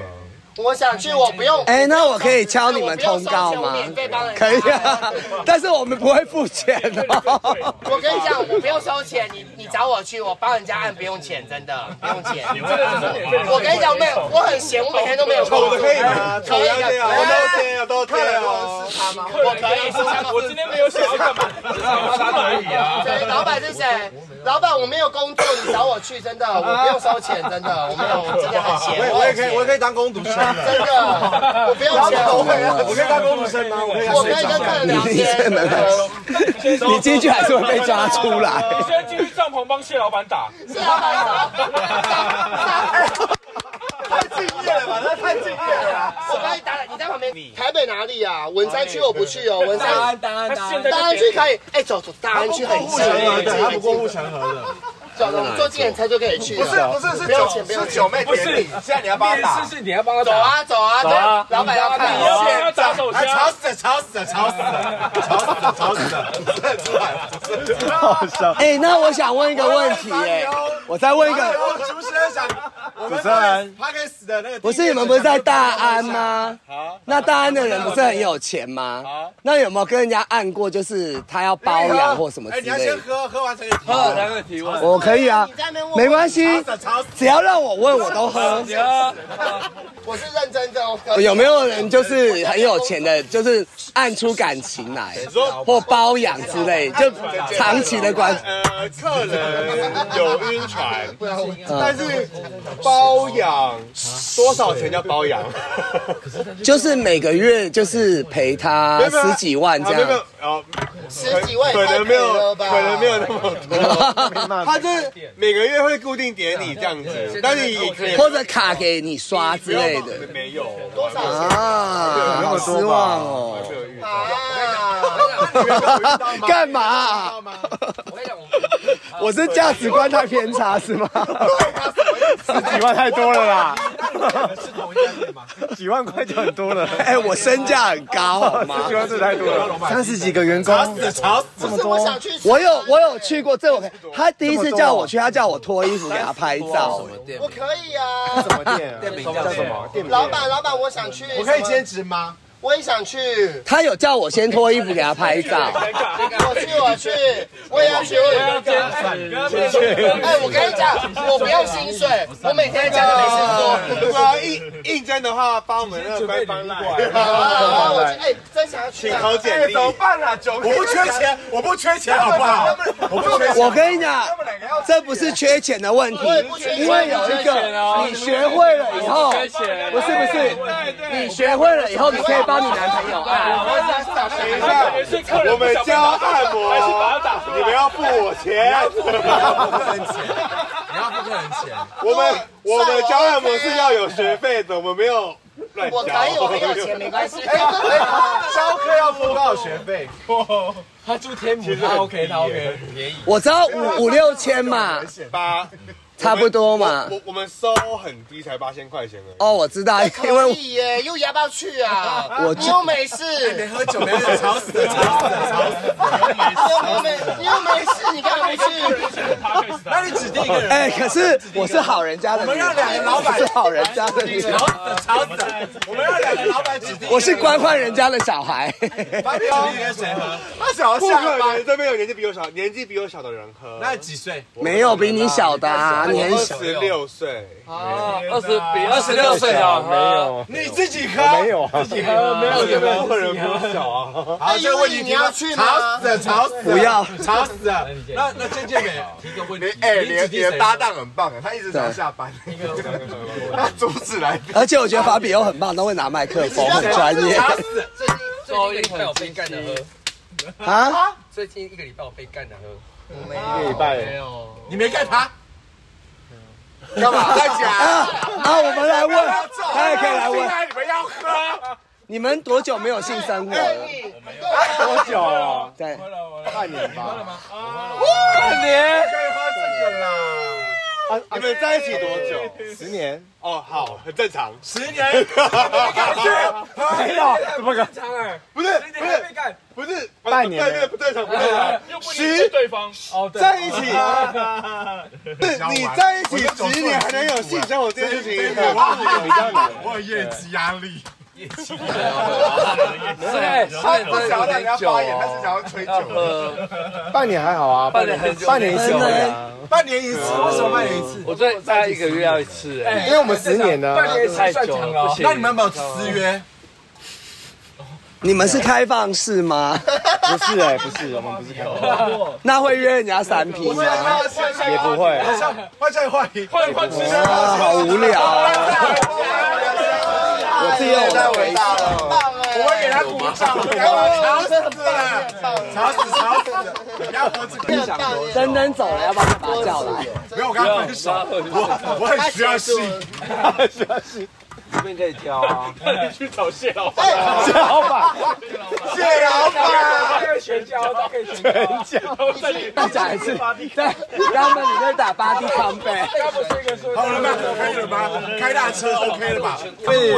Speaker 8: 我想去，我不用。
Speaker 1: 哎，那我可以敲你们通告吗
Speaker 8: 我免费帮人？家
Speaker 1: 可以啊，但是我们不会付钱哦。
Speaker 8: 我跟你讲，我不用收钱，你你找我去，我帮人家按不用钱，真的不用钱。我跟你讲，没有，我很闲，我每天都没有空。
Speaker 11: 丑的可以吗？丑要这样，
Speaker 8: 可以
Speaker 11: 都这样，都这样。
Speaker 8: 我可以是香港
Speaker 9: 我今天没有想要干嘛，只想要他而已啊。
Speaker 8: 谁？老板是谁？老板，我没有工作，你找我去，真的，我不用收钱，真的，我没有，我真的很闲。
Speaker 14: 我我也可以，我也可
Speaker 8: 以，
Speaker 14: 以当工读生。
Speaker 8: 真的，我不用钱，
Speaker 14: 我可以当工读生吗？我可以当
Speaker 8: 我可以跟客人聊
Speaker 1: 你这门
Speaker 8: 天。
Speaker 1: 你进去还是会被抓出来。
Speaker 9: 你现在进去帐篷帮谢老板打，
Speaker 8: 是老板，
Speaker 2: 太敬业了吧，那太敬业了。
Speaker 8: 我帮你打，你在旁边。台北哪里啊？文山区我不去哦，文山
Speaker 9: 他现在
Speaker 8: 大安区可以。哎，走走，大安区很
Speaker 14: 护城河的，啊他不
Speaker 8: 近，
Speaker 14: 过护啊城河的。
Speaker 8: 走走，坐计程车就可以去。
Speaker 2: 不是不是是九是九妹点你，现在你要帮他
Speaker 9: 面
Speaker 2: 打
Speaker 9: 试。是你要帮他
Speaker 8: 走
Speaker 9: 打，
Speaker 8: 啊走啊，对，老板要看
Speaker 1: 哎
Speaker 9: 你要帮他
Speaker 8: 我。
Speaker 9: 打手
Speaker 11: 哎
Speaker 14: 啊！吵
Speaker 9: 枪。
Speaker 14: 死了，吵死了，吵死了，吵死了，吵死了！出来，
Speaker 1: 哎，那我想问一个问题，哎，我再问一个，
Speaker 14: 我主持人想
Speaker 2: 主持人 p a k e s 的那个
Speaker 1: 不是你们不是在大安吗？那大安的人不是很有钱吗？那有没有跟人家按过，就是他要包养啊或什么之
Speaker 2: 哎，你要
Speaker 1: 类的
Speaker 2: 先？喝，喝完才可以提
Speaker 9: 喝了才可以提问
Speaker 1: 我可以啊
Speaker 8: 你在那边问，我
Speaker 1: 没关系
Speaker 2: 吵死吵死，
Speaker 1: 只要让我问我都喝。
Speaker 8: 我是认真的哦。
Speaker 1: 有没有人就是很有钱的，就是按出感情来，或包养之类，就长期的关系？
Speaker 11: 呃，客人有晕船，
Speaker 1: 嗯
Speaker 11: 但是包养多少钱叫包养？
Speaker 1: 啊就是每个月就是赔他
Speaker 11: 没有没有
Speaker 1: 十几万这
Speaker 11: 啊没有
Speaker 1: 样。
Speaker 11: 没有，哦
Speaker 8: 十几万
Speaker 11: 可能
Speaker 8: 太
Speaker 11: 没
Speaker 8: 赔
Speaker 11: 有，
Speaker 8: 了
Speaker 11: 可
Speaker 8: 吧啊
Speaker 11: 能没有那么多。他就是每个月会固定点你这样子，但是你可以
Speaker 1: 或者卡给你刷之类的
Speaker 11: 没有
Speaker 8: 多少
Speaker 14: *laughs*
Speaker 8: 钱？
Speaker 1: 啊，好失望哦！
Speaker 14: 哎
Speaker 1: 干嘛啊、我是价值观太偏差
Speaker 14: *laughs*
Speaker 1: 是吗？
Speaker 14: 几万太多了啦， *laughs* 几万块就很多了，
Speaker 1: 哎、我身价很高好吗？
Speaker 14: 几万这太多了。
Speaker 2: 啊
Speaker 6: 三十几个员工，
Speaker 2: 吵死，
Speaker 8: 不是我想去，
Speaker 1: 我有我有去过，这我可以他第一次叫我去，他叫我脱衣服给他拍照。
Speaker 8: 我可以啊。
Speaker 14: 什么店？店名
Speaker 9: 哎
Speaker 13: 哎
Speaker 14: 叫什么？店名
Speaker 8: 老板，老板，我想去。
Speaker 2: 我可以兼，职吗？
Speaker 8: 我也想去。
Speaker 1: 他有叫我先脱衣服给他拍照，
Speaker 8: 我去，我去，我也要去。我也要去哎，我跟你讲，我不要薪水，我每天在家都没事做。
Speaker 11: 如果要应应征的话，帮我们那个官方过
Speaker 8: 好
Speaker 11: 来，
Speaker 8: 啊，我去，哎，真想要去
Speaker 11: 请。投简历。
Speaker 2: 办啊，九我不缺钱，我不缺钱，好不好？我不缺钱。
Speaker 1: 我跟你讲，这不是缺钱的问题
Speaker 8: 我也不缺，钱
Speaker 1: 因为有一
Speaker 2: 哦
Speaker 1: 个你学会了以后，
Speaker 9: 缺钱
Speaker 1: 不是不是，你学会了以后，你可以帮你男朋友
Speaker 2: 啊
Speaker 1: 哎按。
Speaker 11: 等一下，我们教按摩，你们要付我钱。
Speaker 14: 你要付客人钱，
Speaker 11: 我们我们教按摩是要有学费的，我们没有乱教。
Speaker 8: 我可以，我很有钱，没关系。
Speaker 2: 教课要付多少学费？
Speaker 13: 他住天母，他 OK，他 OK，很便宜。
Speaker 1: 我知道五五六千嘛，
Speaker 11: 八，
Speaker 1: 差不多嘛
Speaker 11: 我我我们收很低，才八千块钱而已。
Speaker 1: 哦，我知道，因
Speaker 8: 可
Speaker 1: 为
Speaker 8: 以耶，又要不要去啊？
Speaker 1: 我
Speaker 8: 你又没事，
Speaker 2: 没喝酒，没人吵死，吵死，吵
Speaker 8: 又
Speaker 2: 死。
Speaker 8: 没你又没事，你干嘛去？
Speaker 2: 那你指定一个人，
Speaker 1: 哎，可是我是好人家的女儿，我
Speaker 2: 们让两个老板
Speaker 1: 是好人家的女儿，
Speaker 2: 吵死，吵死。我们让两个老板指定。
Speaker 1: 我是官宦人家的小孩。
Speaker 2: 把你指定跟谁喝？
Speaker 11: 他想要下班，这边有年纪比我小，年纪比我小的人喝。
Speaker 2: 那几岁？
Speaker 1: 没有比你小的、啊，你很
Speaker 11: 二
Speaker 1: 小。
Speaker 11: 十六岁，
Speaker 9: 二十比二十
Speaker 1: 啊
Speaker 9: 六岁啊小，没有。
Speaker 2: 你自己喝。没有。
Speaker 11: 没有这边客人比我小啊。
Speaker 2: 好，这个问题
Speaker 8: 你要去吗
Speaker 2: 吵死，吵死。
Speaker 1: 不要
Speaker 2: 吵死了。
Speaker 13: 那那健健美提个问题，
Speaker 2: 哎，连
Speaker 13: 指定
Speaker 2: 连
Speaker 13: 谁
Speaker 2: 搭档很棒，他一直想下班，他阻止来宾。
Speaker 1: 而且我觉得法比欧很棒，都会拿麦克风，很专业
Speaker 2: 吵死。
Speaker 9: 收音很被干的喝，
Speaker 1: 啊。
Speaker 9: 最近一个礼拜我被干的喝，
Speaker 14: 一个礼拜，
Speaker 2: 你没看他？干嘛？快
Speaker 1: 啊
Speaker 2: 讲。
Speaker 1: 啊！我们来问，他也可以来
Speaker 9: 哎
Speaker 1: 问，
Speaker 2: 你们要喝。
Speaker 1: 你们多久没有性生活了？
Speaker 11: 多久啊？
Speaker 1: 对，
Speaker 11: 半年吧。
Speaker 9: 半年
Speaker 2: 可以喝这个啦。
Speaker 11: 你们在一起多久？
Speaker 14: 十年，
Speaker 11: 哦，好，很正常。
Speaker 2: 十年，没有，
Speaker 14: 怎么个？
Speaker 11: 不是，不是，不是，
Speaker 14: 半年
Speaker 11: 不对不对不正常，不正常。十
Speaker 10: 对方哦，对，
Speaker 11: 在一起，是你在一起十年还能有性生活这件事情，很
Speaker 14: 我有业绩压力。
Speaker 9: *laughs* 对，
Speaker 2: 哎他
Speaker 9: 是
Speaker 2: 不想要让人家
Speaker 9: 哦
Speaker 2: 发言，他是想要吹酒。
Speaker 14: 半年还好啊，
Speaker 9: 半年很久
Speaker 14: 半年一次而已啊，
Speaker 2: 半年一次，为什么半年一次？
Speaker 9: 我最大概一个月要一次，哎，
Speaker 14: 因为我们十年呢，
Speaker 9: 太久了，不行
Speaker 2: 那你们有没有私约？
Speaker 1: 你们是开放式吗？
Speaker 14: *laughs* 不是哎，不是，我们不是开玩笑，
Speaker 1: 那会约人家三 P 吗？
Speaker 14: 也不会。
Speaker 2: 换下一个话题，换换吃
Speaker 1: 啊，好无聊啊！
Speaker 2: 我
Speaker 1: 自己有
Speaker 2: 太伟大了，我会给他鼓掌。吵死了，吵死吵死了！不要活这个想多。
Speaker 1: 登登走了，要不要把他叫来？
Speaker 2: 没有，我跟他分手，我我很需要性，
Speaker 11: 随便可以挑啊。
Speaker 10: 那你去找谢老板
Speaker 11: 哎，谢
Speaker 9: *laughs*
Speaker 11: 老板，
Speaker 10: 谢老
Speaker 11: 板，
Speaker 10: 可以全交，他可以全
Speaker 9: 哎
Speaker 10: 交，
Speaker 1: 再讲一次，对，他们你在打巴蒂康贝，
Speaker 14: 好了吧，可以了吧？开大车 OK 了吧？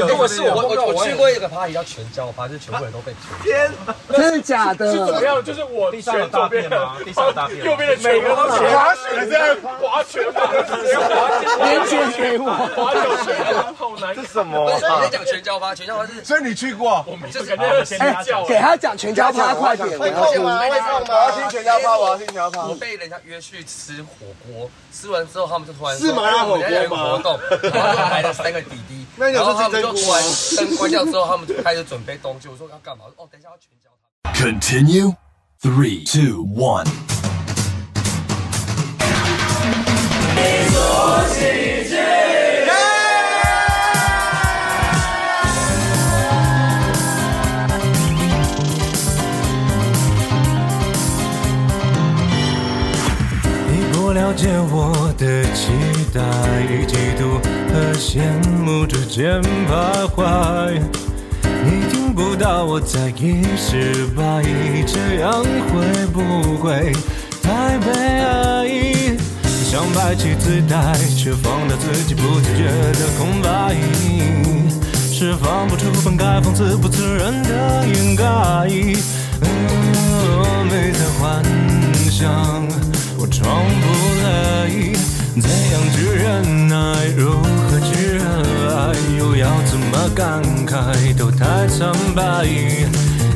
Speaker 15: 如果是我，我我去过一个 party 叫全交趴，就是全部人都被全。
Speaker 11: 天，
Speaker 1: 真的假的？
Speaker 10: 是怎么样？就是我
Speaker 15: 地上有大便吗？地上有大便。
Speaker 10: 右边的全部都全
Speaker 14: 滑雪这样
Speaker 10: 滑雪，连
Speaker 1: 连接给我
Speaker 10: 滑雪
Speaker 9: *laughs*
Speaker 10: 全好难。
Speaker 11: 这什么
Speaker 15: 不是你在讲全交趴，全交趴是
Speaker 14: 所以你去过？
Speaker 15: 我们就
Speaker 10: 这
Speaker 15: 是
Speaker 10: 肯定要先叫。
Speaker 1: 给他讲全家趴，快点，我
Speaker 11: 会
Speaker 1: 要
Speaker 11: 痛
Speaker 1: 听。
Speaker 11: 吗？会痛吗？我要听全家趴，我要听全家趴。
Speaker 15: 啊我被人家约去吃火锅，吃完之后他们就突然
Speaker 11: 是麻辣火锅吗
Speaker 15: 人家有一个活动，然后就来了三个弟弟，
Speaker 11: 那你有
Speaker 15: 然后
Speaker 11: 说
Speaker 15: 他
Speaker 11: 是
Speaker 15: 们
Speaker 11: 真
Speaker 15: 就突
Speaker 11: 锅
Speaker 15: 然灯关掉之后，他们就开始准备东西。我说要干嘛？哦，等一下要全交。
Speaker 16: Continue. Three, two, one.
Speaker 17: 你不了解我的期待与嫉妒和羡慕之间徘徊，你听不到我在一失败，这样会不会太悲哀？想摆起姿态，却放大自己不自觉的空白，释放不出分开讽刺不自然的掩盖。嗯，没在幻想，我装不来，怎样去忍耐，如何去热爱，又要怎么感慨，都太苍白。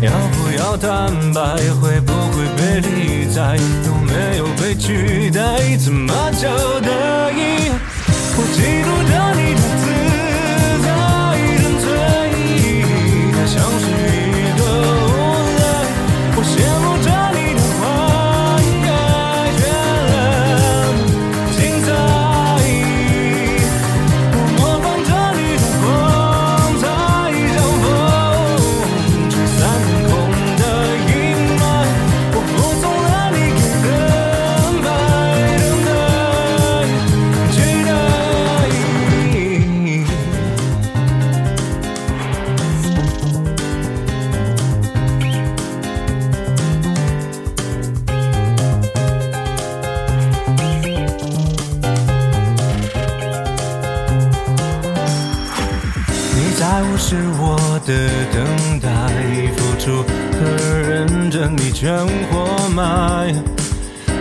Speaker 17: 要不要坦白，会不会被理睬，有没有被取代，怎么叫得意？我嫉妒着你的自在沉醉，它像是一个无赖。我羡慕着你的花开绚烂精彩，我模仿着你的光彩，像风吹散天空的阴霾。我服从了你给的安排，等待。期待。你在无视我的等待，付出和认真，你全活埋。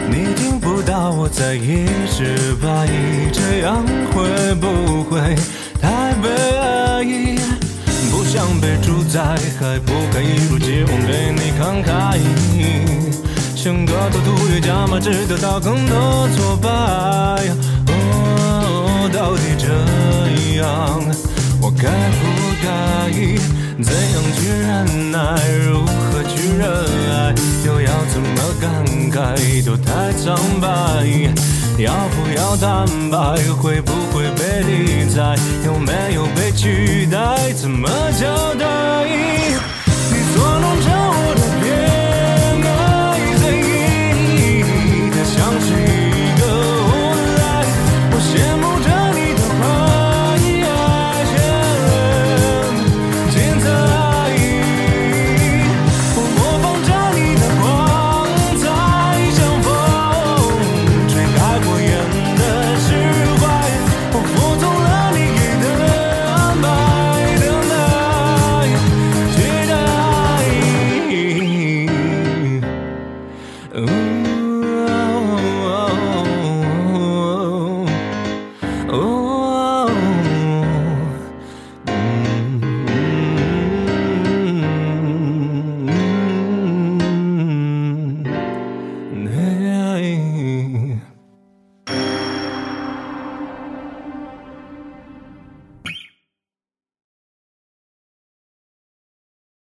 Speaker 17: 你听不到我在一失败，这样会不会太悲哀？不想被主宰，还不该一如既往对你慷慨。像个赌徒越加码，只得到更多挫败。哦，到底这样，我该不该？怎样去忍耐，如何去热爱，又要怎么感慨，都太苍白。要不要坦白，会不会被理睬，有没有被取代，怎么交代？你捉弄着我的